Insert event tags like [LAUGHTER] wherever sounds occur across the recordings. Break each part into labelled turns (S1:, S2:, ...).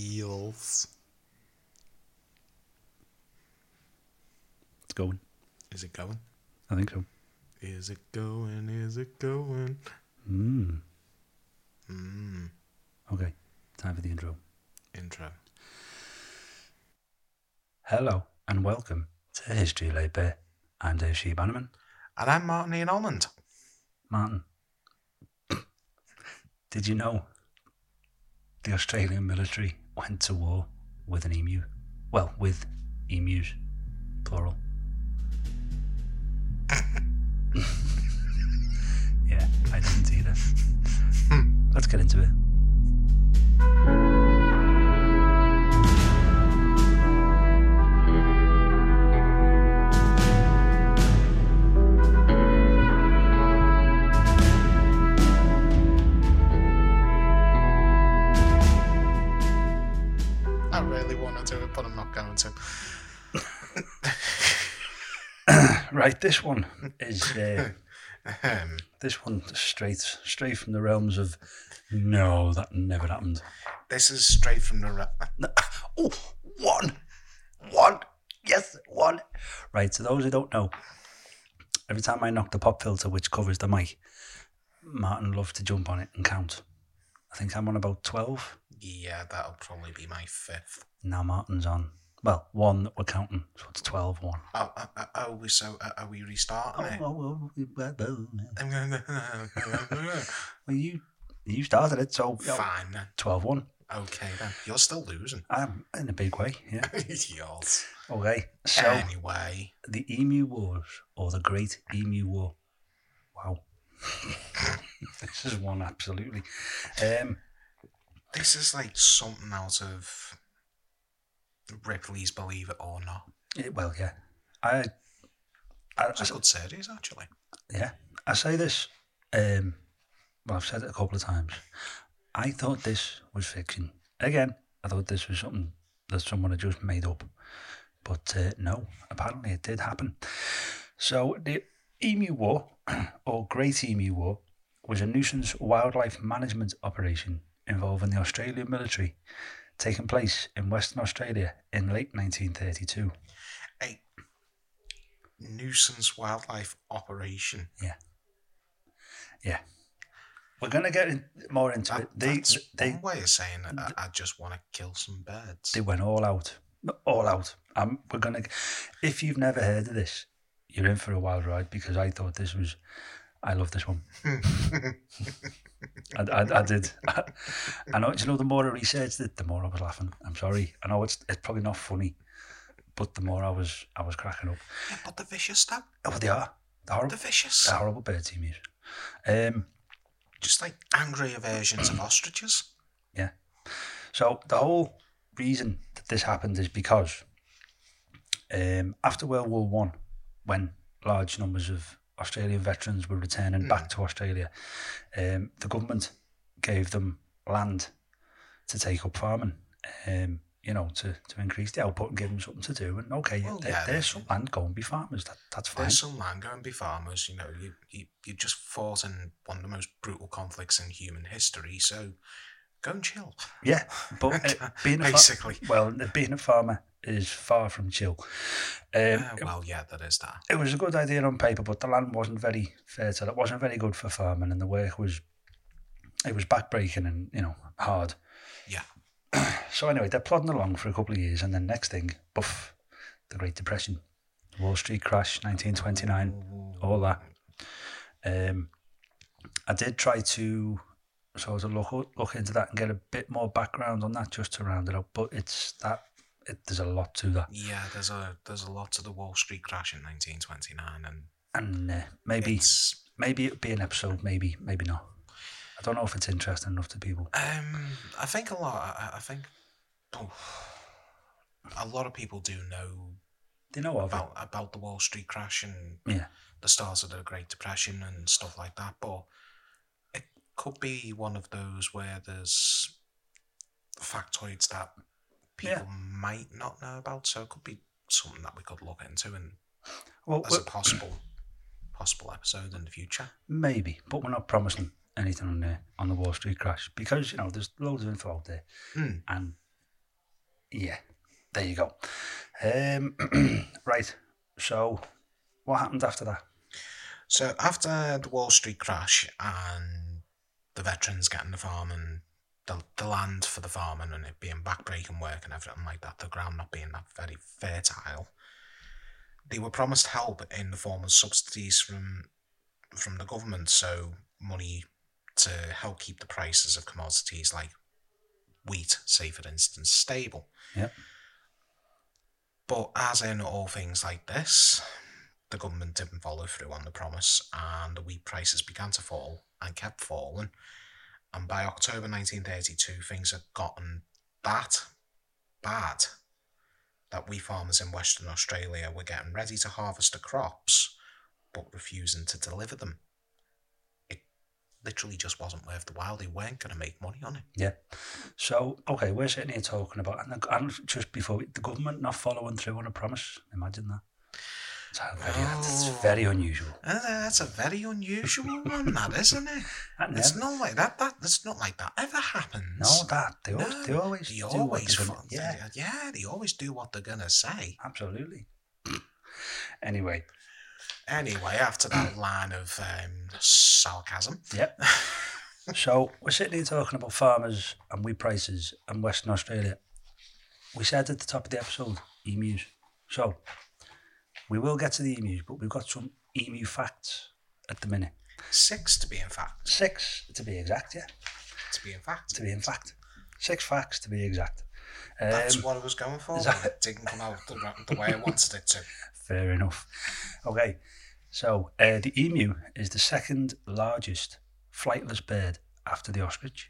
S1: Eels.
S2: It's going.
S1: Is it going?
S2: I think so.
S1: Is it going? Is it going?
S2: Mm.
S1: Mmm.
S2: Okay. Time for the intro.
S1: Intro.
S2: Hello and welcome to History Late Bear. I'm Dave Shee Bannerman.
S1: And I'm Martin Ian Almond.
S2: Martin, [COUGHS] did you know the Australian military went to war with an emu? Well, with emus, plural. [LAUGHS] yeah, I didn't either. Let's get into it.
S1: I really want to do it, but I'm not going to.
S2: Right, this one is uh,
S1: Ahem.
S2: this one straight straight from the realms of no, that never happened.
S1: this is straight from the. Ra-
S2: Oh, one, one, yes, one. Right, to those who don't know, every time I knock the pop filter, which covers the mic, Martin loves to jump on it and count. I think I'm on about 12.
S1: yeah, that'll probably be my fifth.
S2: Now Martin's on, well, one that we're counting, so it's 12 1.
S1: Oh, oh, oh, oh we so uh, are we
S2: Oh,
S1: restarting it?
S2: oh, oh, well, well,
S1: I'm [LAUGHS] gonna-
S2: well, you, you started it, so
S1: Fine.
S2: 12 1.
S1: Okay, then. You're still losing. [LAUGHS]
S2: I'm in a big way, yeah.
S1: Yours.
S2: Okay, so.
S1: Anyway.
S2: the Emu Wars or the Great Emu War. Wow. [LAUGHS] this is one absolutely. Um,
S1: This is like something out of Ripley's Believe It or Not.
S2: it- well, yeah. I, I,
S1: It's
S2: I
S1: a good series, actually.
S2: yeah. I say this. Um, well, I've said it a couple of times. I thought this was fiction. Again, I thought this was something that someone had just made up, but uh, no. Apparently, it did happen. So the Emu War, [CLEARS THROAT] or Great Emu War, was a nuisance wildlife management operation involving the Australian military, taking place in Western Australia in late 1932.
S1: Nuisance Wildlife Operation.
S2: We're going to get in, more into
S1: That,
S2: it. They,
S1: that's
S2: they
S1: one way of saying that I, I just want to kill some birds.
S2: they went all out, all out. Um, we're gonna. If you've never heard of this, you're in for a wild ride because I thought this was. I love this one. I, I, I did. I, know. You know, the more I researched it, the more I was laughing. I'm sorry. I know it's it's probably not funny, but the more I was I was cracking up.
S1: Yeah, but the vicious, though.
S2: Oh, they are. They're
S1: The
S2: horrible.
S1: vicious.
S2: They're horrible bird team Um.
S1: Just like angrier versions of ostriches.
S2: [CLEARS THROAT] So the whole
S1: Hmm.
S2: reason that this happened is because um, after World War One, when large numbers of Australian veterans were returning
S1: Hmm.
S2: back to Australia, um, the government gave them land to take up farming. Um, you know, to, to increase the output and give them something to do. And okay,
S1: Well,
S2: there-
S1: yeah,
S2: there's
S1: they-
S2: some land, go and be farmers. That, that's fine.
S1: There's some land going be farmers, you know, you, you, you just fought in one of the most brutal conflicts in human history, so go and chill.
S2: Yeah,
S1: [LAUGHS]
S2: but uh, being a far-
S1: Basically.
S2: well, being a farmer is far from chill. Um,
S1: Uh, well, yeah, there is that.
S2: it was a good idea on paper, but the land wasn't very fertile. It wasn't very good for farming, and the work was it was backbreaking and you know hard.
S1: Yeah.
S2: So anyway, they're plodding along for a couple of years, and then next thing, boof, the Great Depression, Wall Street crash, nineteen twenty nine, all that. Um, I did try to sort of look look into that and get a bit more background on that just to round it up, but it's that it, there's a lot to that,
S1: Yeah, there's a there's a lot to the Wall Street crash in 1929, and
S2: and uh, maybe.
S1: it's
S2: Maybe it'd be an episode, maybe, maybe not. I don't know if it's interesting enough to people.
S1: Um, I think a lot. I, I think oh, a lot of people do know
S2: They know of it.
S1: about about the Wall Street crash and
S2: Yeah.
S1: the start of the Great Depression and stuff like that. But it could be one of those where there's factoids that people
S2: Yeah.
S1: might not know about. So it could be something that we could look into and
S2: Well,
S1: as
S2: well,
S1: a possible possible episode in the future.
S2: maybe, but we're not promising anything on the on the Wall Street crash because you know there's loads of info out there,
S1: Hmm.
S2: and Yeah, there you go. Um, [CLEARS THROAT] right, so what happened after that?
S1: So after the Wall Street crash and the veterans getting the farm and the, the land for the farming and it being backbreaking work and everything like that, the ground not being that very fertile, they were promised help in the form of subsidies from from the government, so money to help keep the prices of commodities like wheat, say for instance, stable.
S2: Yep.
S1: But as in all things like this, the government didn't follow through on the promise, and the wheat prices began to fall and kept falling. And by October 1932, things had gotten that bad that we farmers in Western Australia were getting ready to harvest the crops but refusing to deliver them. It literally just wasn't worth the while. They weren't going to make money on it.
S2: So, okay, we're sitting here talking about, and, the, and just before we, the government not following through on a promise. Imagine that. It's very, it's
S1: Oh.
S2: very unusual.
S1: Uh, That's a very unusual one, that isn't it?
S2: That
S1: It's
S2: never-
S1: not like that. That that's not like that ever happens.
S2: no, that they, al-
S1: No,
S2: they always
S1: They
S2: do what
S1: always,
S2: they're
S1: fu-
S2: gonna- yeah,
S1: yeah, yeah, they always do what they're gonna say.
S2: absolutely. anyway,
S1: Anyway, after that line of um, sarcasm, [LAUGHS]
S2: so we're sitting here talking about farmers and wheat prices and Western Australia. We said at the top of the episode, emus. So we will get to the emus, but we've got some emu facts at the minute.
S1: six to be in fact,
S2: Six to be exact, yeah.
S1: to be in fact.
S2: To be in fact. Six facts to be exact. Um,
S1: That's what I was going for.
S2: is
S1: but It didn't come out the, ra- the way I wanted it to.
S2: Fair enough. Okay, so uh, the emu is the second largest flightless bird after the ostrich.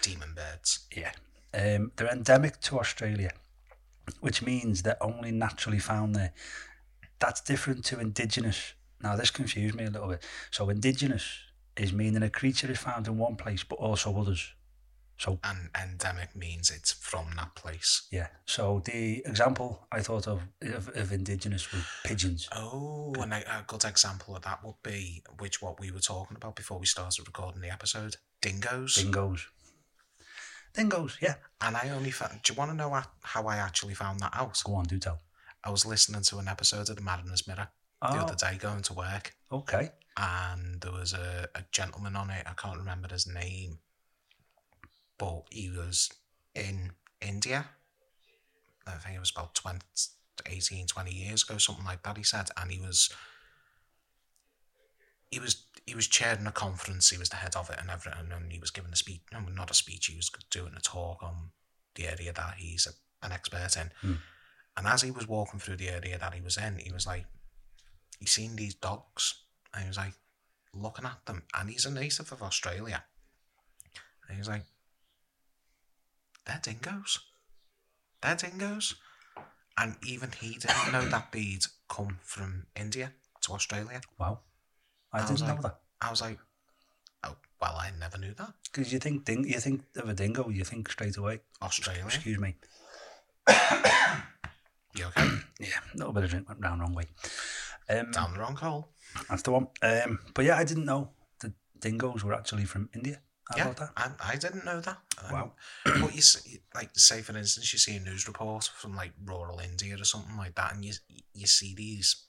S1: Demon birds.
S2: Yeah. Um, they're endemic to Australia, which means they're only naturally found there. That's different to indigenous. Now, this confused me a little bit. So, indigenous is meaning a creature is found in one place but also others. So,
S1: And endemic means it's from that place.
S2: yeah. So, the example I thought of of, of indigenous was pigeons.
S1: Oh, and a, a good example of that would be which what we were talking about before we started recording the episode: dingoes.
S2: Dingoes. Dingoes, yeah.
S1: and I only found. Do you want to know a- how I actually found that out?
S2: Go on, do tell.
S1: I was listening to an episode of The Madness Mirror the
S2: Oh,
S1: other day going to work,
S2: okay.
S1: and there was a, a gentleman on it. I can't remember his name, but he was in India. I think it was about 20, 18, 20 years ago, something like that. He said, and he was, he was, he was chairing a conference. He was the head of it and everything, and he was giving a speech. No, not a speech. He was doing a talk on the area that he's a, an expert in.
S2: Hmm.
S1: And as he was walking through the area that he was in, he was like, he seen these dogs, and he was like, looking at them, and he's a native of Australia. And he was like, they're dingoes. They're dingoes. And even he didn't know that they'd come from India to Australia.
S2: Wow. I,
S1: I was
S2: didn't know
S1: like-
S2: that.
S1: I was like, oh, well, I never knew that.
S2: Because you think ding, you think of a dingo, you think straight away.
S1: Australia.
S2: Excuse me.
S1: You okay?
S2: Yeah, a little bit of drink went round wrong way. Um,
S1: Down the wrong hole.
S2: that's the one. Um, but yeah, I didn't know the dingoes were actually from India. How
S1: yeah,
S2: about that?
S1: I, I didn't know that. Um,
S2: Wow.
S1: But you see, like say for instance, you see a news report from like rural India or something like that, and you you see these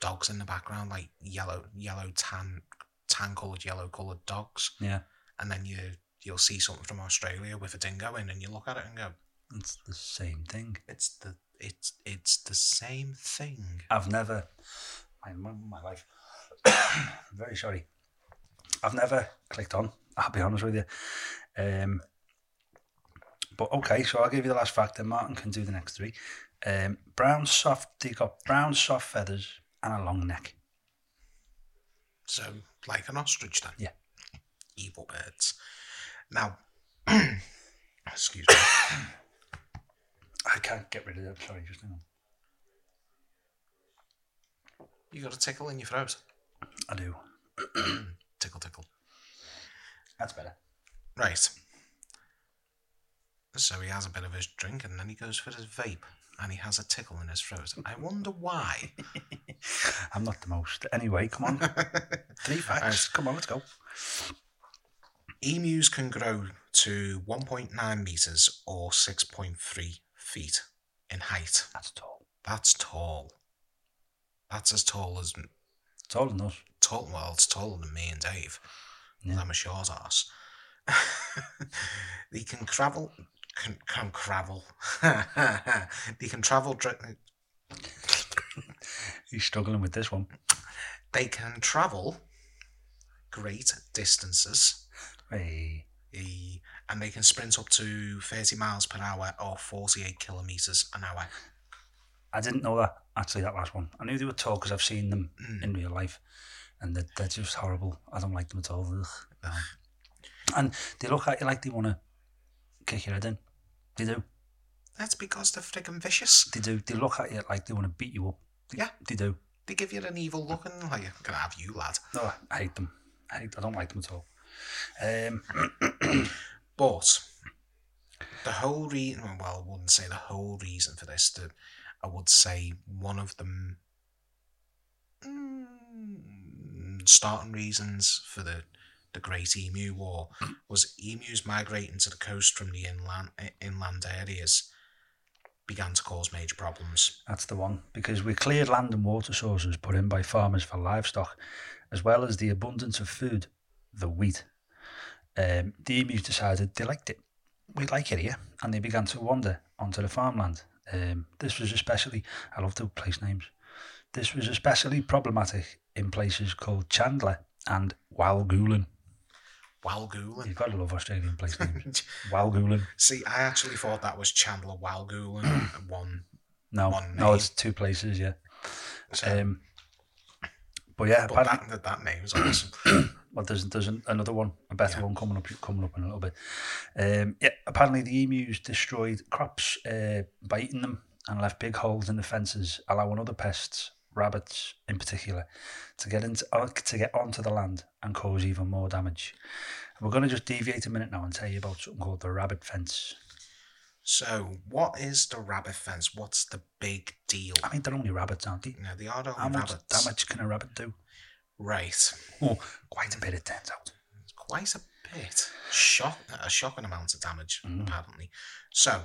S1: dogs in the background, like yellow, yellow, tan, tan coloured, yellow coloured dogs,
S2: Yeah,
S1: and then you you'll see something from Australia with a dingo in, and you look at it and go,
S2: it's the same thing.
S1: it's the it's it's the same thing.
S2: I've never, my, my, my life, I'm [COUGHS] very sorry. I've never clicked on, I'll be honest with you. Um, but okay, so I'll give you the last fact, then Martin can do the next three. Um, brown soft, they got brown soft feathers and a long neck.
S1: So, like an ostrich, then?
S2: Yeah.
S1: Evil birds. Now, [CLEARS THROAT] excuse me.
S2: I can't get rid of them, sorry, just hang on.
S1: You got a tickle in your throat.
S2: I do.
S1: Tickle, tickle.
S2: That's better.
S1: Right. So he has a bit of his drink and then he goes for his vape and he has a tickle in his throat. I wonder why. [LAUGHS]
S2: I'm not the most. Anyway, come on, three facts, come on, let's go.
S1: Emus can grow to 1.9 meters or 6.3 feet in height.
S2: That's tall.
S1: That's tall. That's as tall as
S2: Taller than us.
S1: tall. Well, it's taller than me and Dave. 'cause
S2: Yeah.
S1: I'm a short ass. [LAUGHS] they can travel. Can, can travel. [LAUGHS] they can travel. Dr-
S2: He's struggling with this one.
S1: they can travel great distances.
S2: Hey,
S1: E- And they can sprint up to 30 miles per hour or 48 kilometers an hour.
S2: I didn't know that. Actually, that last one. I knew they were tall because I've seen them
S1: Mm.
S2: in real life, and they're, they're just horrible. I don't like them at all. Ugh, no. And they look at you like they want to kick your head in. They do.
S1: That's because they're freaking vicious.
S2: They do. They look at you like they want to beat you up. They,
S1: Yeah.
S2: They do.
S1: They give you an evil look and like, can I have you, lad?
S2: No, I hate them. I, hate, I don't like them at all. Um,
S1: But the whole reason, well, I wouldn't say the whole reason for this, that I would say one of the mm, starting reasons for the the Great Emu War was emus migrating to the coast from the inland eh, inland areas began to cause major problems.
S2: That's the one, because we cleared land and water sources put in by farmers for livestock, as well as the abundance of food, the wheat. Um, the emus decided they liked it. We like it here, and they began to wander onto the farmland. Um, this was especially, I love the place names, this was especially problematic in places called Chandler and Walgoolan.
S1: Walgoolan.
S2: You've got to love Australian place names. [LAUGHS] Walgoolan.
S1: [LAUGHS] See, I actually thought that was Chandler Walgoolan, one.
S2: No,
S1: One
S2: no,
S1: name.
S2: it's two places, yeah.
S1: So,
S2: Um, but yeah,
S1: but
S2: apparently,
S1: that, that, that name was awesome.
S2: Well, there's there's an, another one, a better
S1: Yeah.
S2: one coming up coming up in a little bit. Um, yeah, apparently the emus destroyed crops uh, by eating them and left big holes in the fences, allowing other pests, rabbits in particular, to get into uh, to get onto the land and cause even more damage. We're going to just deviate a minute now and tell you about something called the rabbit fence.
S1: So, what is the rabbit fence? What's the big deal?
S2: I mean, they're only rabbits, aren't they?
S1: You know, they are
S2: How
S1: only
S2: much
S1: rabbits.
S2: damage can a rabbit do?
S1: Right.
S2: Oh, quite a bit. It turns out.
S1: It's quite a bit. Shock, a shocking amount of damage,
S2: Mm.
S1: apparently. So,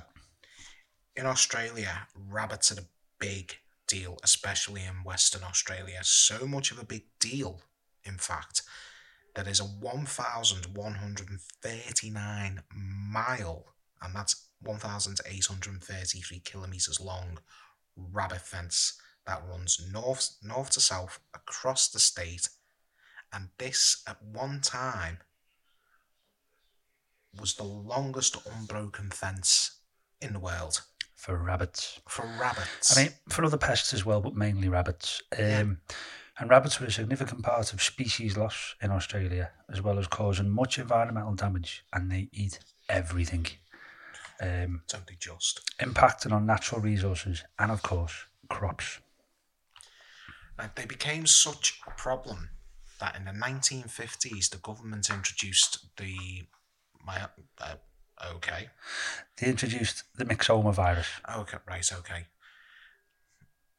S1: in Australia, rabbits are a big deal, especially in Western Australia. So much of a big deal, in fact, there is a 1,139 mile, and that's 1,833 kilometres long, rabbit fence that runs north north to south across the state and this at one time was the longest unbroken fence in the world
S2: For rabbits.
S1: for rabbits.
S2: I mean, for other pests as well, but mainly rabbits. Um, and rabbits were a significant part of species loss in Australia, as well as causing much environmental damage, and they eat everything, um,
S1: don't they just?
S2: impacting on natural resources and, of course, crops.
S1: Like, they became such a problem that in the 1950s the government introduced the my uh, okay
S2: They introduced the myxoma virus,
S1: okay right okay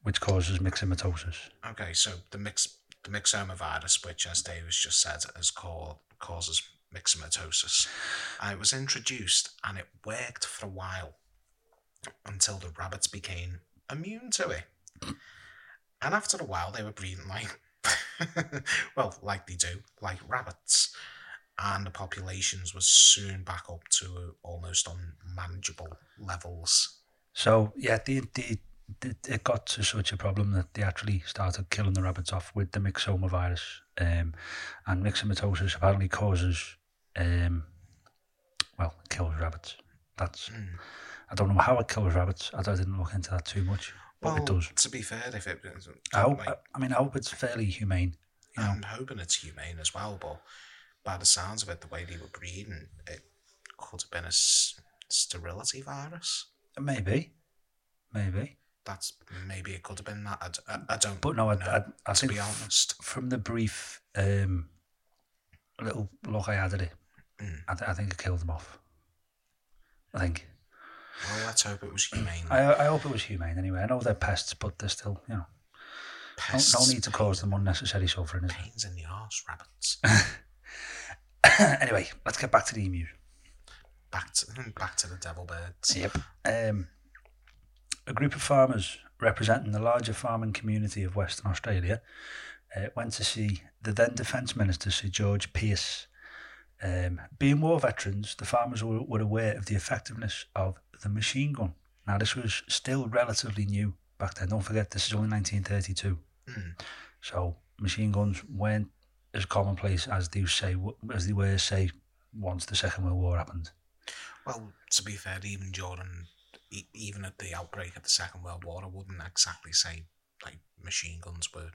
S2: which causes myxomatosis.
S1: okay so the mix the myxoma virus which as Davis just said has called causes myxomatosis and it was introduced and it worked for a while until the rabbits became immune to it. And after a while, they were breeding like, [LAUGHS] well, like they do, like rabbits. And the populations were soon back up to almost unmanageable levels.
S2: So, yeah, they, they, they, it got to such a problem that they actually started killing the rabbits off with the myxoma virus. Um, and myxomatosis apparently causes, um, well, it kills rabbits. That's
S1: Mm.
S2: I don't know how it kills rabbits. I, don't- I didn't look into that too much, but
S1: Well,
S2: it does.
S1: to be fair, if it,
S2: I hope.
S1: like,
S2: I, I mean, I hope it's fairly humane. You know,
S1: I'm hoping it's humane as well, but by the sounds of it, the way they were breeding, it could have been a s- sterility virus.
S2: maybe, maybe.
S1: That's maybe it could have been that. I d- I, I don't.
S2: But no, I,
S1: know,
S2: I, I
S1: to
S2: think
S1: be honest,
S2: from the brief um, little look I had at it,
S1: Mm.
S2: I, th- I think it killed them off. I think.
S1: well, let's hope it was humane.
S2: I, I hope it was humane anyway. I know they're pests, but they're still, you know, no,
S1: Pests,
S2: no need to cause them unnecessary suffering. Is there? [LAUGHS]
S1: pains in the arse, rabbits. [COUGHS]
S2: anyway, let's get back to the emus.
S1: Back to [LAUGHS] back to the devil birds.
S2: Yep. Um, a group of farmers representing the larger farming community of Western Australia uh, went to see the then Defence Minister, Sir George Pearce. Um, being war veterans, the farmers were, were aware of the effectiveness of the machine gun. Now, this was still relatively new back then. Don't forget, this is only 1932.
S1: Mm.
S2: So, machine guns weren't as commonplace as they say as they were say once the Second World War happened.
S1: Well, to be fair, even Jordan, e- even at the outbreak of the Second World War, I wouldn't exactly say like machine guns were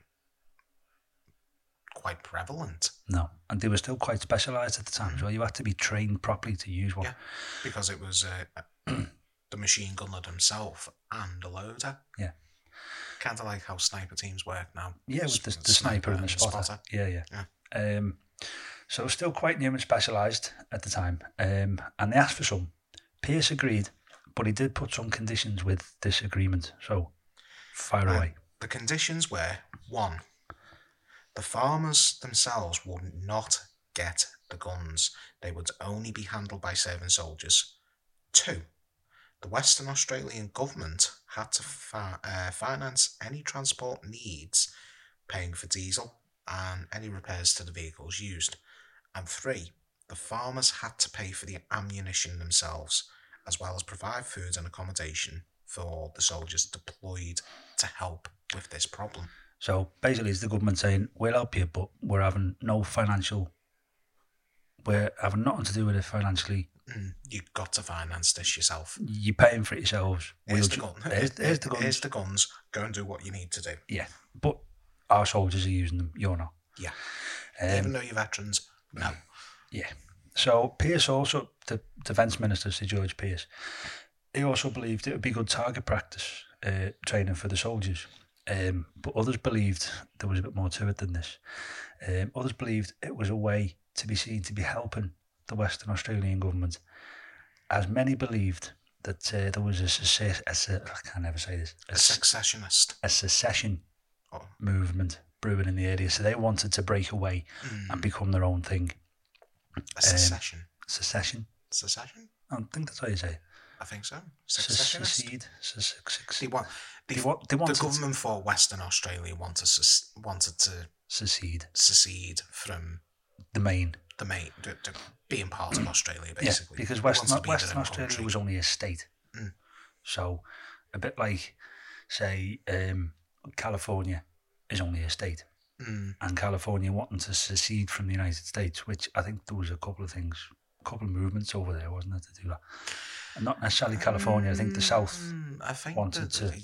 S1: quite prevalent
S2: No, and they were still quite specialised at the time. So you had to be trained properly to use one.
S1: Yeah. because it was uh, [CLEARS THROAT] the machine gunner himself and a loader.
S2: Yeah.
S1: Kind of like how sniper teams work now.
S2: Yeah, with the, the sniper and the spotter. Yeah, yeah. Um, so it was still quite new and specialised at the time. Um, and they asked for some. Pierce agreed, but he did put some conditions with this agreement. So fire
S1: Right.
S2: away.
S1: The conditions were one, the farmers themselves would not get the guns, they would only be handled by serving soldiers. Two, the Western Australian government had to fi- uh, finance any transport needs, paying for diesel and any repairs to the vehicles used. And three, the farmers had to pay for the ammunition themselves, as well as provide food and accommodation for the soldiers deployed to help with this problem.
S2: So basically, it's the government saying we'll help you, but we're having no financial. We're having nothing to do with it financially.
S1: Mm, you've got to finance this yourself.
S2: You're paying for it yourselves.
S1: Here's
S2: We'll
S1: the
S2: ju-
S1: gun.
S2: Here's,
S1: [LAUGHS]
S2: here's the guns.
S1: Here's the guns. Go and do what you need to do.
S2: Yeah, but our soldiers are using them. You're not.
S1: Yeah. Even
S2: Um,
S1: though you're veterans, no.
S2: so Pierce also, the defence minister, Sir George Pierce, he also believed it would be good target practice uh, training for the soldiers. Um, but others believed there was a bit more to it than this. Um, others believed it was a way to be seen to be helping the Western Australian government. As many believed that uh, there was a secess, a, se- I can't ever say this, a
S1: A
S2: s-
S1: secessionist.
S2: a secession
S1: Oh.
S2: movement brewing in the area. So they wanted to break away
S1: Mm,
S2: and become their own thing. um,
S1: a secession.
S2: Secession.
S1: Secession?
S2: I don't think that's how you say it.
S1: I think so.
S2: Se-
S1: Secessionist.
S2: Secede. Se- se- se-
S1: They want,
S2: They,
S1: they-
S2: wa-
S1: the
S2: they wanted to
S1: government for Western Australia wanted, ses- wanted to
S2: secede.
S1: secede from
S2: The main.
S1: the main, to, to being part
S2: [CLEARS THROAT]
S1: of Australia,
S2: Yeah,
S1: basically.
S2: because
S1: They
S2: Western,
S1: wanted to be their
S2: Western
S1: own
S2: Australia
S1: country.
S2: was only a state.
S1: Mm.
S2: So a bit like, say, um, California is only a state.
S1: Mm,
S2: and California wanting to secede from the United States, which I think there was a couple of things, a couple of movements over there, wasn't there, to do that? And not necessarily California, I think the South.
S1: Mm, I think
S2: wanted
S1: that-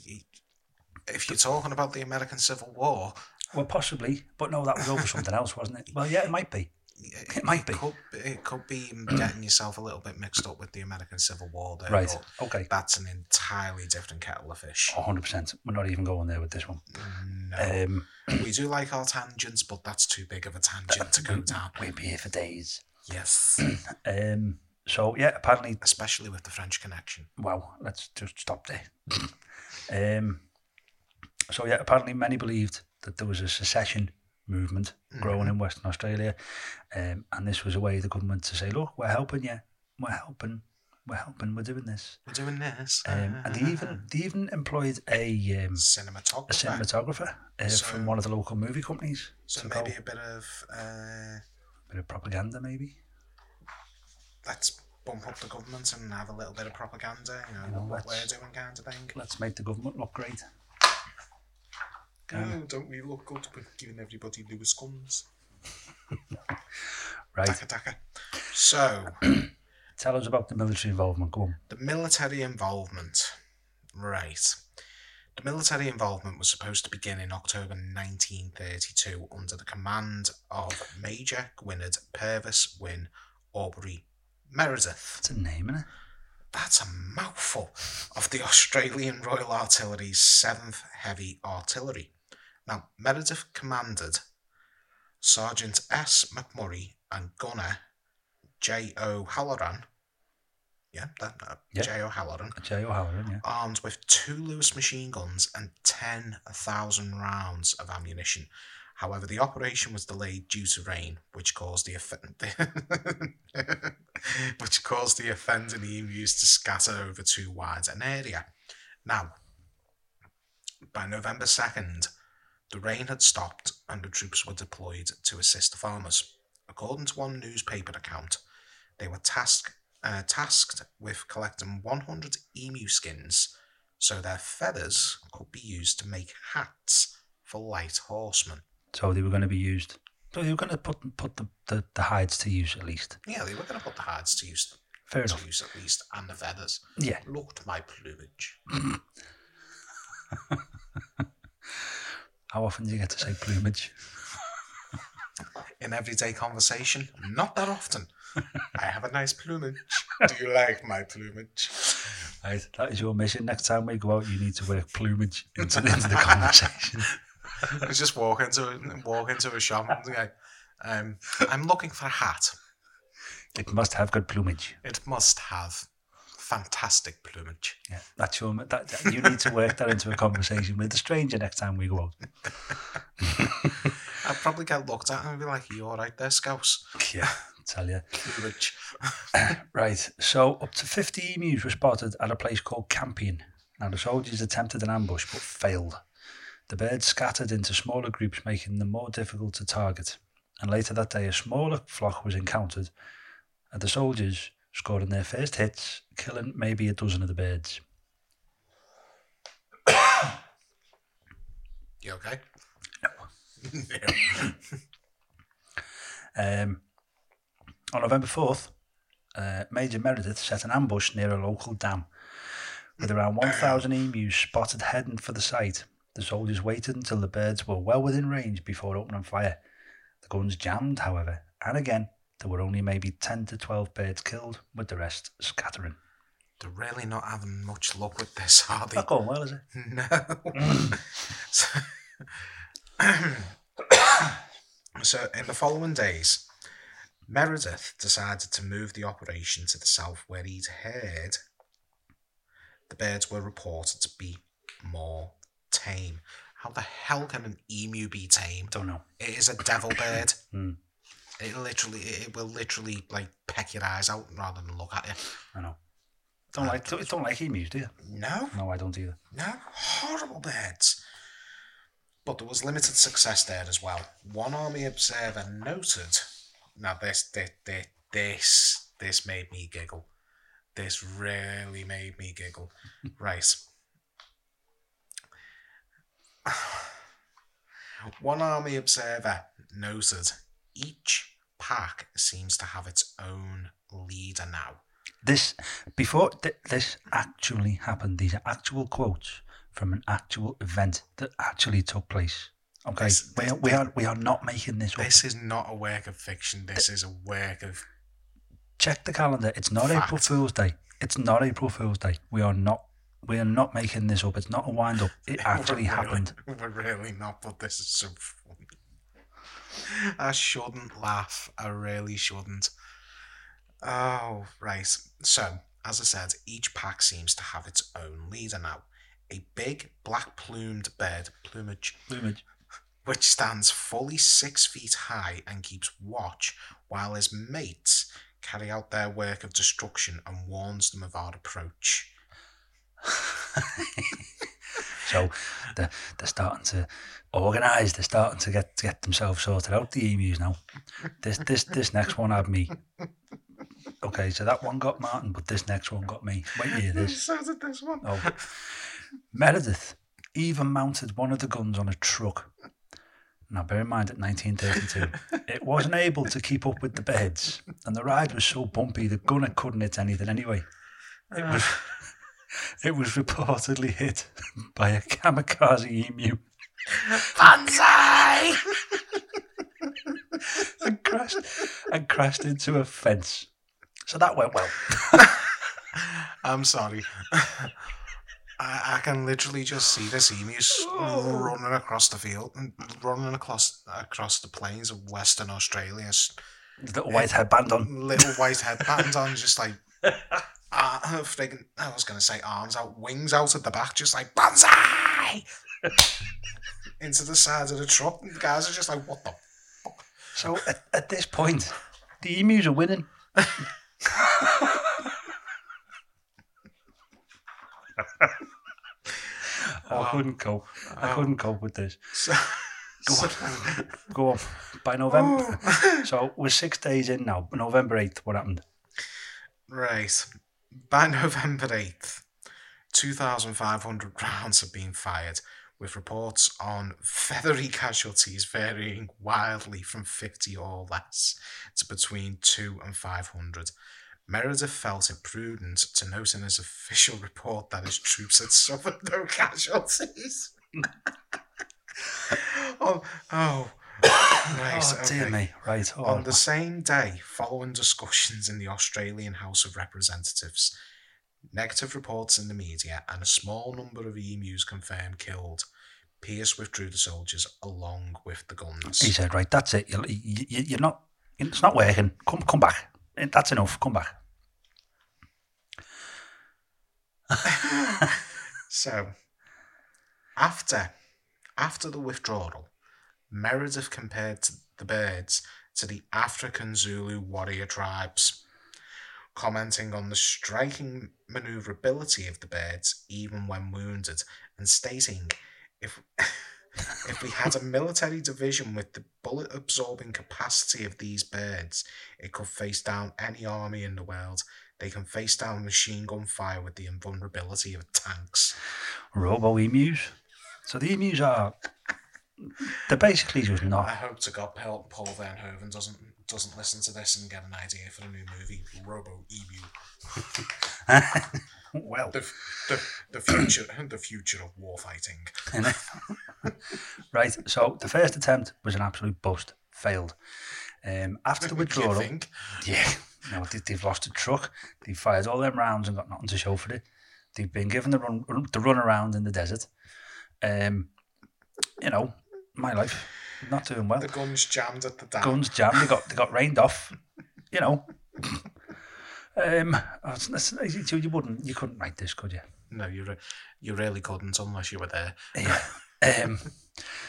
S1: If you're talking about the American Civil War,
S2: Well, possibly, but no, that was over something else, wasn't it? Well, yeah, it might be.
S1: it,
S2: might be.
S1: Could, it could
S2: [CLEARS THROAT]
S1: be getting yourself a little bit mixed up with the American Civil War. There,
S2: Right,
S1: but
S2: okay.
S1: That's an entirely different kettle of fish.
S2: 100%. We're not even going there with this one.
S1: No,
S2: Um,
S1: we do like our tangents, but that's too big of a tangent to
S2: Uh,
S1: go down.
S2: we'd be here for days.
S1: [CLEARS THROAT] Yes,
S2: Um, so, yeah, apparently
S1: especially with the French connection.
S2: Wow, let's just stop there. um, so yeah, apparently many believed that there was a secession movement
S1: Mm-hmm.
S2: growing in Western Australia, um, and this was a way the government to say, look, we're helping you, we're helping, we're helping, we're doing this.
S1: We're doing this.
S2: Um, and they even
S1: Ah.
S2: they even employed a um,
S1: cinematographer.
S2: a cinematographer uh,
S1: So-
S2: from one of the local movie companies
S1: so
S2: to
S1: maybe
S2: go
S1: a bit of uh,
S2: bit of propaganda, maybe.
S1: let's bump up the government and have a little bit of propaganda. You know,
S2: You know,
S1: what we're
S2: let's-
S1: doing, kind of thing.
S2: Let's make the government look great.
S1: No, don't we look good with giving everybody Lewis guns?
S2: Right,
S1: Taka taka. So,
S2: tell us about the military involvement. Go on.
S1: the military involvement. Right. The military involvement was supposed to begin in October 1932 under the command of Major Gwynedd Purvis Wynne Aubrey Meredith.
S2: It's a name, innit?
S1: That's a mouthful of the Australian Royal Artillery's 7th Heavy Artillery. Now, Meredith commanded Sergeant S. McMurray and Gunner J.O. Halloran. Yeah, that, that-
S2: Yeah.
S1: J.O. Halloran.
S2: Jay O'Halloran, yeah.
S1: Armed with two Lewis machine guns and 10,000 rounds of ammunition, However, the operation was delayed due to rain, which caused the offend- [LAUGHS] which caused the offending emus to scatter over too wide an area. Now, by November 2nd, the rain had stopped and the troops were deployed to assist the farmers. According to one newspaper account, they were tasked uh, tasked with collecting 100 emu skins so their feathers could be used to make hats for light horsemen.
S2: So they were going to be used. So they were going to put put the, the, the hides to use at least.
S1: Yeah, they were going to put the hides to use,
S2: Fair
S1: to
S2: enough.
S1: use at least, and the feathers.
S2: Yeah.
S1: Look to my plumage.
S2: How often do you get to say plumage?
S1: In everyday conversation, not that
S2: [LAUGHS]
S1: often. I have a nice plumage. Do you like my plumage?
S2: Right, that is your mission. Next time we go out, you need to work [LAUGHS] plumage into, into the conversation.
S1: I was just walk into walk into a shop and be like, um, I'm looking for a hat.
S2: It must have good plumage.
S1: It must have fantastic plumage.
S2: Yeah, that's your. That, that- you need to work that into a conversation with the stranger next time we go out.
S1: I'd probably get looked at and be like, "You all right there, Scouse?"
S2: [LAUGHS] Yeah, tell you.
S1: Plumage.
S2: Right, so up to 50 emus were spotted at a place called Campion. Now, the soldiers attempted an ambush but failed. The birds scattered into smaller groups, making them more difficult to target. And later that day, a smaller flock was encountered, and the soldiers scoring their first hits, killing maybe a dozen of the birds.
S1: You okay?
S2: No.
S1: No.
S2: Um, on November 4th, uh, Major Meredith set an ambush near a local dam with around 1,000 emus spotted heading for the site. The soldiers waited until the birds were well within range before opening fire. The guns jammed, however, and again, there were only maybe 10 to 12 birds killed, with the rest scattering.
S1: They're really not having much luck with this, are
S2: [LAUGHS]
S1: they? [LAUGHS]
S2: Not going well, is it?
S1: No. so, [COUGHS] so in the following days, Meredith decided to move the operation to the south where he'd heard the birds were reported to be more tame. How the hell can an emu be tame?
S2: Don't know.
S1: It is a devil bird.
S2: Hmm.
S1: It literally, it it will literally like peck your eyes out rather than look at you. Uh,
S2: I know. Don't like don't, don't like emus, do you?
S1: No.
S2: No, I don't either.
S1: No, horrible birds. But there was limited success there as well. One army observer noted. Now this, this, this, this, this made me giggle. This really made me giggle. right. One army observer noted each pack seems to have its own leader now.
S2: This before th- this actually happened. These are actual quotes from an actual event that actually took place. Okay,
S1: This-
S2: we,
S1: this-
S2: are, we are we are not making this up.
S1: This is not a work of fiction. This is a work of
S2: Check the calendar. It's not
S1: Fact.
S2: April Fool's Day. It's not April Fool's Day. We are not we are not making this up. It's not a wind up.
S1: [LAUGHS]
S2: It actually
S1: We're
S2: happened.
S1: Really, [LAUGHS] we're really not, but this is so funny. I shouldn't laugh. I really shouldn't. Oh, right. So, as I said, each pack seems to have its own leader now. A big black plumed bird, plumage,
S2: Plumage.
S1: which stands fully six feet high and keeps watch while his mates carry out their work of destruction and warns them of our approach.
S2: So they're, they're starting to organise. They're starting to get to get themselves sorted out. The emus now. This this this next one had me. Okay, so that one got Martin, but this next one got me. Wait, here this.
S1: so did this one.
S2: Oh. Meredith even mounted one of the guns on a truck. Now, bear in mind, at 1932, it wasn't able to keep up with the beds, and the ride was so bumpy the gunner couldn't hit anything anyway.
S1: [LAUGHS]
S2: It was, it was reportedly hit [LAUGHS] by a kamikaze emu
S1: Banzai!
S2: [LAUGHS] and crashed, and crashed into a fence. So that went well.
S1: I'm sorry. [LAUGHS] I, I can literally just see this emu s-
S2: Oh.
S1: running across the field, mm, running across across the plains of Western Australia, s-
S2: Little white headband on.
S1: little white headband on, just
S2: [LAUGHS]
S1: like uh, friggin',
S2: [LAUGHS]
S1: I was gonna say arms out, wings out at the back, just like banzai. into the side of the truck. And the guys are just like, what the?
S2: So at, at this point, the emus are winning. I couldn't cope. I couldn't cope with this.
S1: [LAUGHS] So,
S2: Go
S1: so- Oh.
S2: on. Go on.
S1: [LAUGHS]
S2: By November. So we're six days in now. November 8th, what happened?
S1: right. By [LAUGHS] November 8th, 2,500 [LAUGHS] rounds have been fired, with reports on feathery casualties varying wildly from 50 or less to between 2 and 500. Meredith felt it prudent to note in his official report that his troops had [LAUGHS] suffered no casualties. [LAUGHS] oh, oh. [COUGHS] Right,
S2: oh, dear
S1: okay.
S2: me. Right. Oh,
S1: On the same day, following discussions in the Australian House of Representatives, negative reports in the media, and a small number of emus confirmed killed, Pierce withdrew the soldiers along with the guns.
S2: He said, right, that's it. You're, you, you- you're not, it's not working. Come, come back. That's enough. Come back.
S1: [LAUGHS] So, after after the withdrawal, Meredith compared t- the birds to the African Zulu warrior tribes, commenting on the striking maneuverability of the birds even when wounded, and stating, "If [LAUGHS] if we had a military division with the bullet-absorbing capacity of these birds, it could face down any army in the world." They can face down machine gun fire with the invulnerability of tanks.
S2: Robo emus. So the emus are, they're basically just
S1: I
S2: not.
S1: hope to God Paul, Paul Van Hoven doesn't doesn't listen to this and get an idea for the new movie Robo Emu.
S2: [LAUGHS] well,
S1: The, the, [COUGHS] the future the future of war fighting.
S2: right. So the first attempt was an absolute bust. Failed. Um, after the
S1: You
S2: withdrawal,
S1: think?
S2: [LAUGHS] yeah, no, they, they've lost a truck. They fired all them rounds and got nothing to show for it. They've been given the run, the run around in the desert. Um, you know, my life not doing well.
S1: The guns jammed at the dam.
S2: [LAUGHS] guns jammed. They got they got rained off. You know. [LAUGHS] Um, that's- that's- you you wouldn't, you couldn't write this, could you?
S1: No, you re- you really couldn't unless you were there.
S2: Yeah. Um,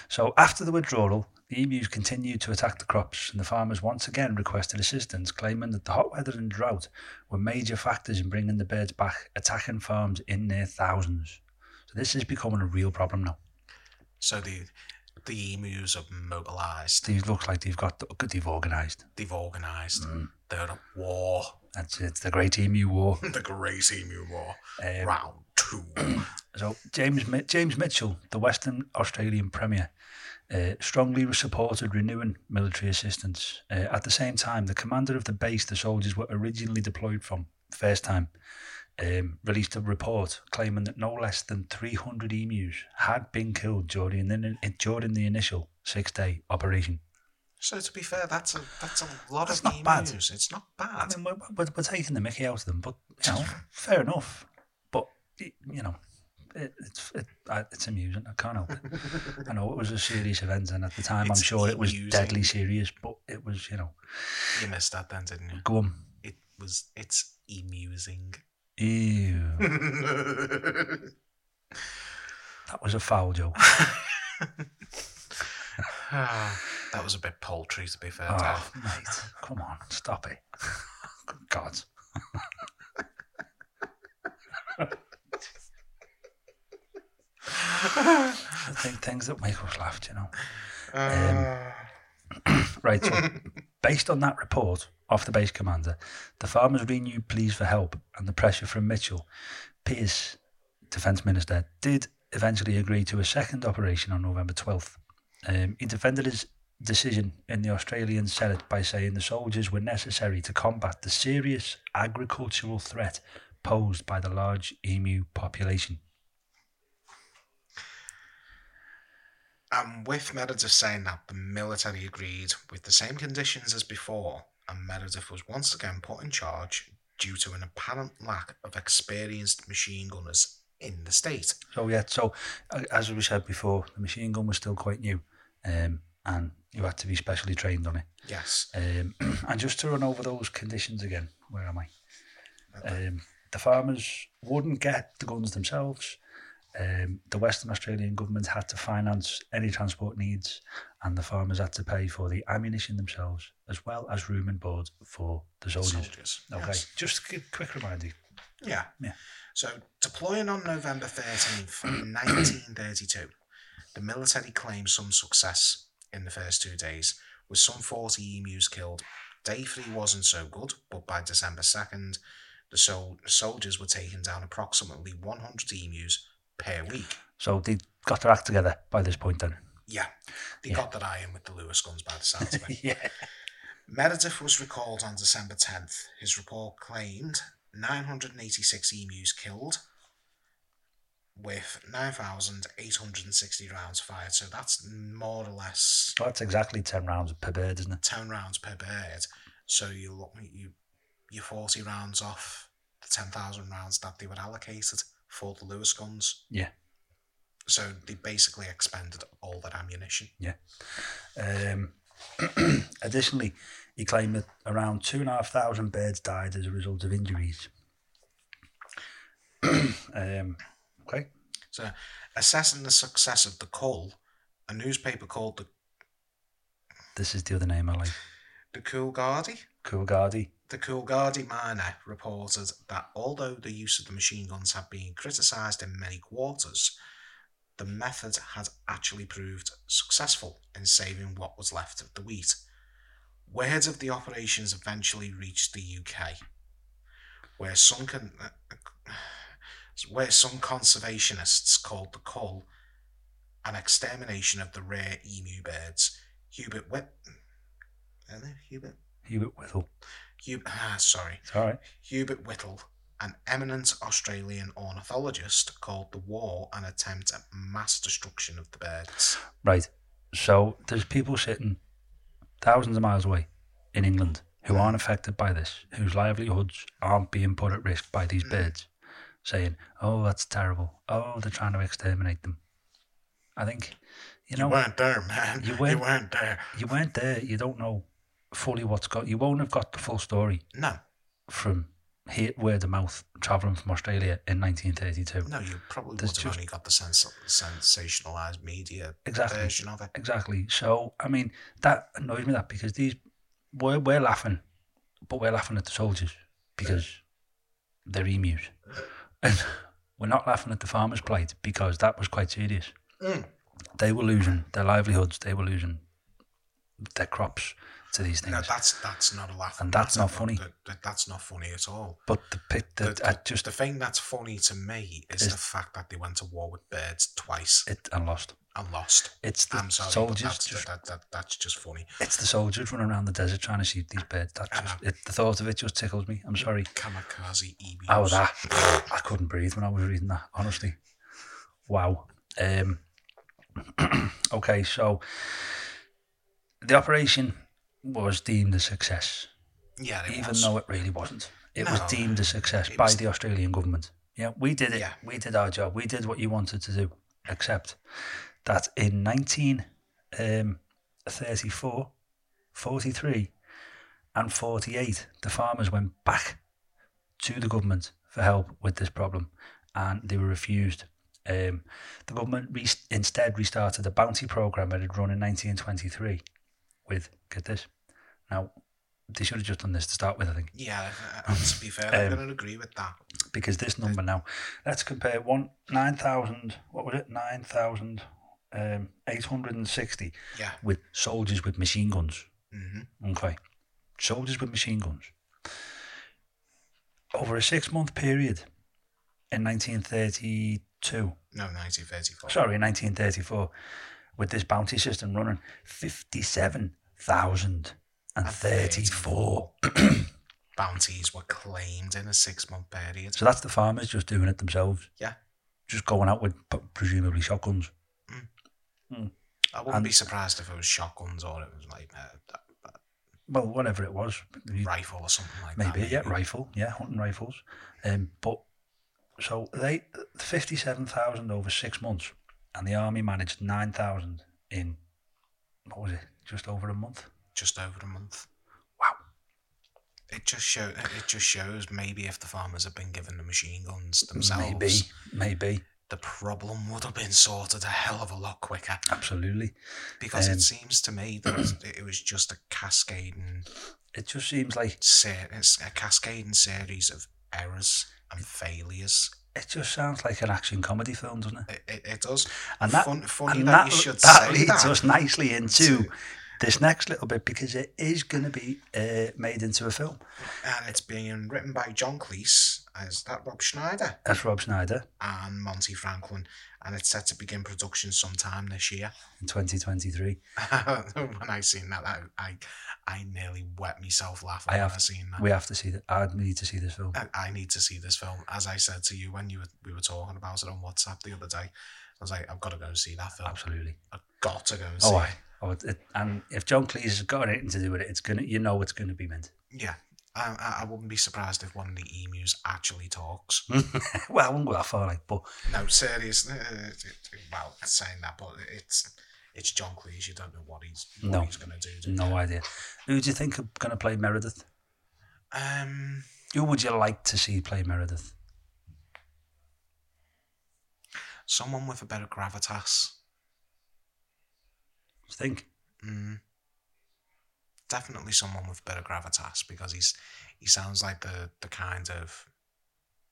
S2: so after the withdrawal, the emus continued to attack the crops, and the farmers once again requested assistance, claiming that the hot weather and drought were major factors in bringing the birds back, attacking farms in their thousands. So this is becoming a real problem now.
S1: So the the emus have mobilised.
S2: These looks like they've got they've organised.
S1: They've organised. They're at war. [LAUGHS]
S2: That's it's the Great Emu War.
S1: the Great Emu War.
S2: Um,
S1: Round two.
S2: So James Mi- James Mitchell, the Western Australian Premier, uh, strongly supported renewing military assistance. Uh, at the same time, the commander of the base the soldiers were originally deployed from first time um, released a report claiming that no less than 300 emus had been killed during the, during the initial six-day operation.
S1: so to be fair, that's a that's a lot
S2: That's
S1: of
S2: not
S1: emus.
S2: bad.
S1: It's not bad.
S2: I mean, we're, we're, we're taking the mickey out of them, but, you know, fair enough. But, y- you know, it, it's it, I- it's amusing. I can't help it. I know it was a serious event, and at the time,
S1: It's
S2: I'm sure it was
S1: amusing.
S2: deadly serious, but it was, you know,
S1: you missed that then, didn't you?
S2: go on.
S1: It was it's [LAUGHS] emusing.
S2: Ew.
S1: oh
S2: That was a foul
S1: [LAUGHS]
S2: joke.
S1: Ah, that was a bit paltry, to be fair.
S2: Oh,
S1: Dave.
S2: mate, come on, stop it. Good God.
S1: [LAUGHS]
S2: I think things that make us laugh, you know.
S1: Uh,
S2: Right, so based on that report off the base commander, the farmers renewed pleas for help and the pressure from Mitchell. Pierce, defence minister, did eventually agree to a second operation on November 12th. Um, he defended his decision in the Australian Senate by saying the soldiers were necessary to combat the serious agricultural threat posed by the large emu population.
S1: I'm with Meredith saying that the military agreed with the same conditions as before, and Meredith was once again put in charge due to an apparent lack of experienced machine gunners in the state.
S2: So yeah, so a- as we said before, the machine gun was still quite new, um, and you had to be specially trained on it.
S1: Yes.
S2: Um, [CLEARS THROAT] and just to run over those conditions again, where am I? Um, the farmers wouldn't get the guns themselves. Um, the Western Australian government had to finance any transport needs, and the farmers had to pay for the ammunition themselves, as well as room and board for the soldiers.
S1: Soldiers.
S2: Okay,
S1: yes.
S2: just a quick reminder.
S1: Yeah.
S2: Yeah.
S1: So deploying on November 13th,
S2: [CLEARS THROAT]
S1: 1932, the military claimed some success in the first two days, with some 40 emus killed. Day three wasn't so good, but by December 2nd, the sol- soldiers were taking down approximately 100 emus per week.
S2: So they got their act together by this point then.
S1: Yeah, they
S2: Yeah.
S1: got that iron with the Lewis guns by the sounds of it.
S2: [LAUGHS] yeah.
S1: Meredith was recalled on December 10th. His report claimed 986 emus killed with 9,860 rounds fired. So that's more or less
S2: Well, that's exactly 10 rounds per bird, isn't it?
S1: 10 rounds per bird. So you look, you, you're 40 rounds off the 10,000 rounds that they were allocated for the Lewis guns.
S2: Yeah.
S1: So they basically expended all their ammunition.
S2: Um, [CLEARS THROAT] additionally, he claimed that around 2,500 birds died as a result of injuries. [CLEARS THROAT] um, okay.
S1: So, assessing the success of the cull, a newspaper called the,
S2: This is the other name I like.
S1: the Cool Guardie
S2: Coolgardie.
S1: The Coolgardie miner reported that although the use of the machine guns had been criticised in many quarters, the method had actually proved successful in saving what was left of the wheat. Word of the operations eventually reached the UK, where some, con- where some conservationists called the cull an extermination of the rare emu birds. Hubert Whit. Are they Hubert?
S2: Hubert Whittle.
S1: Hubert. Ah, sorry.
S2: It's all right.
S1: Hubert Whittle, an eminent Australian ornithologist, called the war an attempt at mass destruction of the birds.
S2: Right. So there's people sitting thousands of miles away in England who aren't affected by this, whose livelihoods aren't being put at risk by these
S1: Mm.
S2: birds, saying, "Oh, that's terrible. Oh, they're trying to exterminate them." I think, you know,
S1: weren't there, man.
S2: You weren't-
S1: weren't there.
S2: you weren't there. You don't know fully what's got. You won't have got the full story
S1: No,
S2: from here word of mouth traveling from Australia in 1932.
S1: no, you probably
S2: There's
S1: would have
S2: just-
S1: only got the sens- sensationalized media
S2: Exactly.
S1: version of it.
S2: Exactly. So I mean that annoys me that because these we're we're laughing, but we're laughing at the soldiers because they're emus, and we're not laughing at the farmers' plight because that was quite serious.
S1: Mm.
S2: They were losing their livelihoods. They were losing their crops to these things.
S1: No, that's that's not a laugh,
S2: And that's not funny.
S1: That, that- that's not funny at all.
S2: but the pic that
S1: The-
S2: I just
S1: The thing that's funny to me is
S2: Is-
S1: the fact that they went to war with birds twice
S2: it and lost.
S1: and lost.
S2: It's the
S1: I'm sorry, but
S2: soldiers.
S1: that's,
S2: Just,
S1: that, that, that's just funny.
S2: it's the soldiers running around the desert trying to shoot these birds. That
S1: I
S2: just it, the thought of it just tickles me. I'm sorry.
S1: Kamikaze E EBs.
S2: Oh, that. I couldn't breathe when I was reading that, honestly. Wow. Um, [CLEARS THROAT] okay, so the operation was deemed a success,
S1: Yeah, it
S2: even
S1: was.
S2: though it really wasn't. It was
S1: No.
S2: deemed a success
S1: It
S2: by
S1: was-
S2: the Australian government. Yeah, we did it.
S1: Yeah.
S2: We did our job. We did what you wanted to do, except that in um, 1934, 43, and 48, the farmers went back to the government for help with this problem and they were refused. Um, the government re- instead restarted a bounty program that had run in 1923 with, get this, now they should have just done this to start with, I think,
S1: Yeah, and to be fair, I'm
S2: Um,
S1: going to agree with that.
S2: because this number now, let's compare one 9,000, what was it, um, 9,860
S1: Yeah.
S2: with soldiers with machine guns.
S1: hmm
S2: Okay. Soldiers with machine guns. Over a six month period in 1932,
S1: No, 1934.
S2: sorry, in 1934, with this bounty system running, 57,034.
S1: Bounties were claimed in a six month period.
S2: So that's the farmers just doing it themselves.
S1: Yeah.
S2: Just going out with p- presumably shotguns.
S1: I wouldn't
S2: and-
S1: be surprised if it was shotguns or it was like a,
S2: Well, whatever it was.
S1: a rifle or something like that.
S2: Maybe, yeah, rifle, yeah, hunting rifles. Um, but so they fifty-seven thousand over six months, and the army managed nine thousand in what was it? Just over a month.
S1: Just over a month.
S2: Wow.
S1: It just show it just shows maybe if the farmers had been given the machine guns themselves,
S2: Maybe, maybe.
S1: the problem would have been sorted a hell of a lot quicker
S2: Absolutely.
S1: because
S2: Um,
S1: it seems to me that it was just a cascading
S2: It just seems like
S1: ser- it's a cascading series of errors and failures.
S2: it just sounds like an action comedy film, doesn't it?
S1: It, it, it does.
S2: And that
S1: Fun, funny
S2: and
S1: that, you should
S2: that
S1: say
S2: leads
S1: that.
S2: us nicely into
S1: To-
S2: this next little bit because it is going to be uh, made into a film.
S1: and it's being written by John Cleese as that Rob Schneider
S2: That's Rob Schneider
S1: and Monty Franklin, and it's set to begin production sometime this year. [LAUGHS]
S2: in 2023.
S1: when I seen that, I, I I nearly wet myself laughing
S2: I
S1: when I
S2: have-
S1: seen that.
S2: We have to see that. I need to see this film.
S1: I- I need to see this film. As I said to you when you were, we were talking about it on WhatsApp the other day, I was like, I've got to go and see that film.
S2: Absolutely.
S1: I've got to go and see.
S2: Oh,
S1: it.
S2: I. Oh, it, it- and if John Cleese has got anything to do with it, it's gonna. You know, it's gonna be meant. [LAUGHS]
S1: Yeah, I, I- I wouldn't be surprised if one of the emus actually talks.
S2: well, I won't go that far, like, but
S1: No, seriously. uh, it- it- Well, saying that, but it's it's John Cleese. You don't know what he's what
S2: No.
S1: he's going to do. do you?
S2: no idea. Who do you think are going to play Meredith?
S1: Um,
S2: Who would you like to see play Meredith?
S1: someone with a better gravitas.
S2: Do you think? Mm-hmm.
S1: Mm. Definitely someone with better gravitas because he's he sounds like the the kind of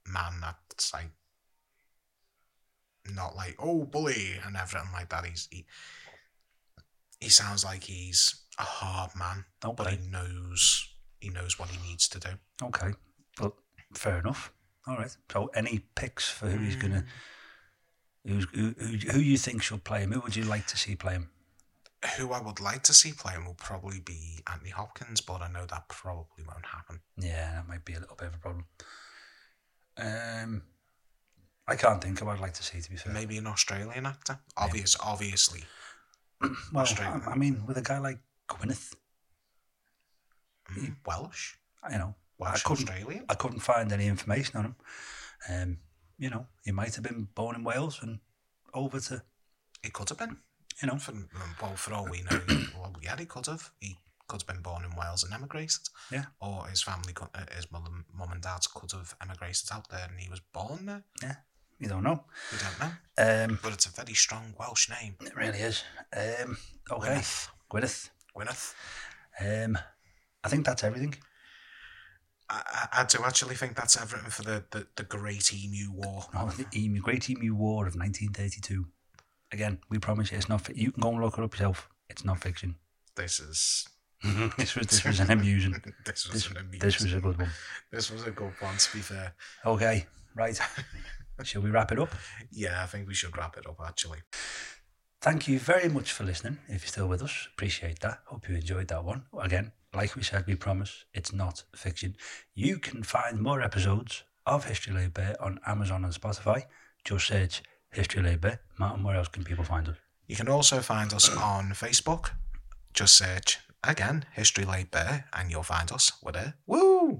S1: man that's like not like oh bully and everything like that. He's he he sounds like he's a hard man, but
S2: Okay.
S1: he knows he knows what he needs to do.
S2: Okay. But fair enough. All right. So, any picks for who he's going to. Who's, who, who, who you think should play him? Who would you like to see play him?
S1: Mm. Who I would like to see playing will probably be Anthony Hopkins, but I know that probably won't happen.
S2: Yeah, that might be a little bit of a problem. Um, I can't think of what I'd like to see, to be fair.
S1: Maybe an Australian actor. Obvious, obviously.
S2: [CLEARS THROAT] well,
S1: Australia.
S2: I, I mean, with a guy like Gwyneth, Hmm.
S1: Mm, Welsh,
S2: you know, I
S1: Welsh
S2: couldn't,
S1: Australian.
S2: I couldn't find any information on him. Um, you know, he might have been born in Wales and over to,
S1: It could have been.
S2: you know,
S1: For, well, for all we
S2: [COUGHS]
S1: know, well, yeah, he could have. He could have been born in Wales and emigrated.
S2: Yeah.
S1: Or his family, could, uh, his mum, mum and dad could have emigrated out there, and he was born there.
S2: you don't know.
S1: We don't know,
S2: Um,
S1: but it's a very strong Welsh name.
S2: it really is. Um, okay,
S1: Gwyneth.
S2: Gwyneth.
S1: Gwyneth.
S2: Um, I think that's everything.
S1: I, I, I do actually think that's everything for the, the, the Great Emu War.
S2: Oh, the Emu, Great Emu War of 1932. Again, we promise you, it's not. Fi- you can go and look it up yourself. It's not fiction.
S1: This is. [LAUGHS] Mm-hmm.
S2: [LAUGHS] this was this was an amusing.
S1: this was
S2: This,
S1: an amusing.
S2: this was a good one.
S1: This was a good one. To be fair,
S2: Okay,
S1: [LAUGHS]
S2: right. Shall we wrap it up?
S1: yeah, I think we should wrap it up. Actually,
S2: Thank you very much for listening. If you're still with us, appreciate that. Hope you enjoyed that one. Again, like we said, we promise it's not fiction. You can find more episodes of History Laid Bare on Amazon and Spotify. Just search History Laid Bare. Martin, where else can people find us?
S1: You can also find us on Facebook. Just search again History Laid Bare and you'll find us. We're there. Woo!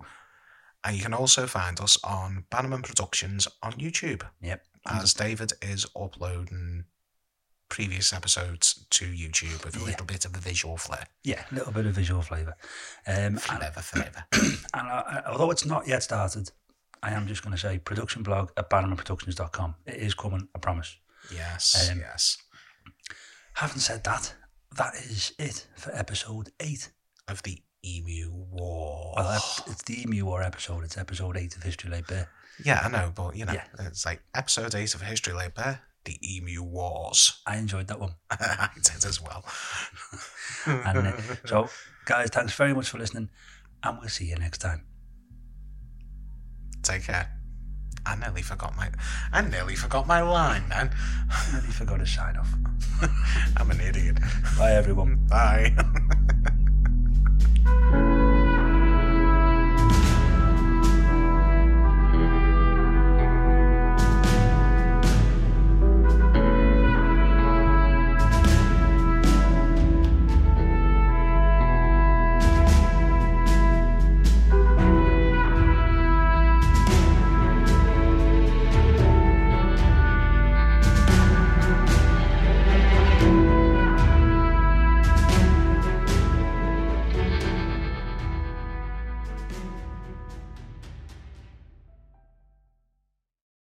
S1: And you can also find us on Bannerman Productions on YouTube
S2: Yep.
S1: as David is uploading previous episodes to YouTube with a little bit of a visual flair.
S2: Yeah, a little bit of visual flavour. Um, and
S1: Flavor,
S2: [COUGHS]
S1: flavor.
S2: and I, I- although it's not yet started, I am just going to say production blog at bannermanproductions.com. It is coming, I promise.
S1: yes,
S2: Um,
S1: yes.
S2: Having said that, that is it for episode eight.
S1: Of the Emu War.
S2: Well, ep- it's the Emu War episode. It's episode eight of History Late Bear.
S1: yeah, I know, but you know,
S2: Yeah.
S1: it's like episode 8 of History Laid Bare, the Emu Wars.
S2: I enjoyed that one.
S1: I did as well.
S2: And uh, so, guys, thanks very much for listening, and we'll see you next time.
S1: Take care. I nearly forgot my I nearly forgot my line, man. [LAUGHS]
S2: I nearly forgot to sign off.
S1: I'm an idiot.
S2: Bye, everyone.
S1: Bye. [LAUGHS]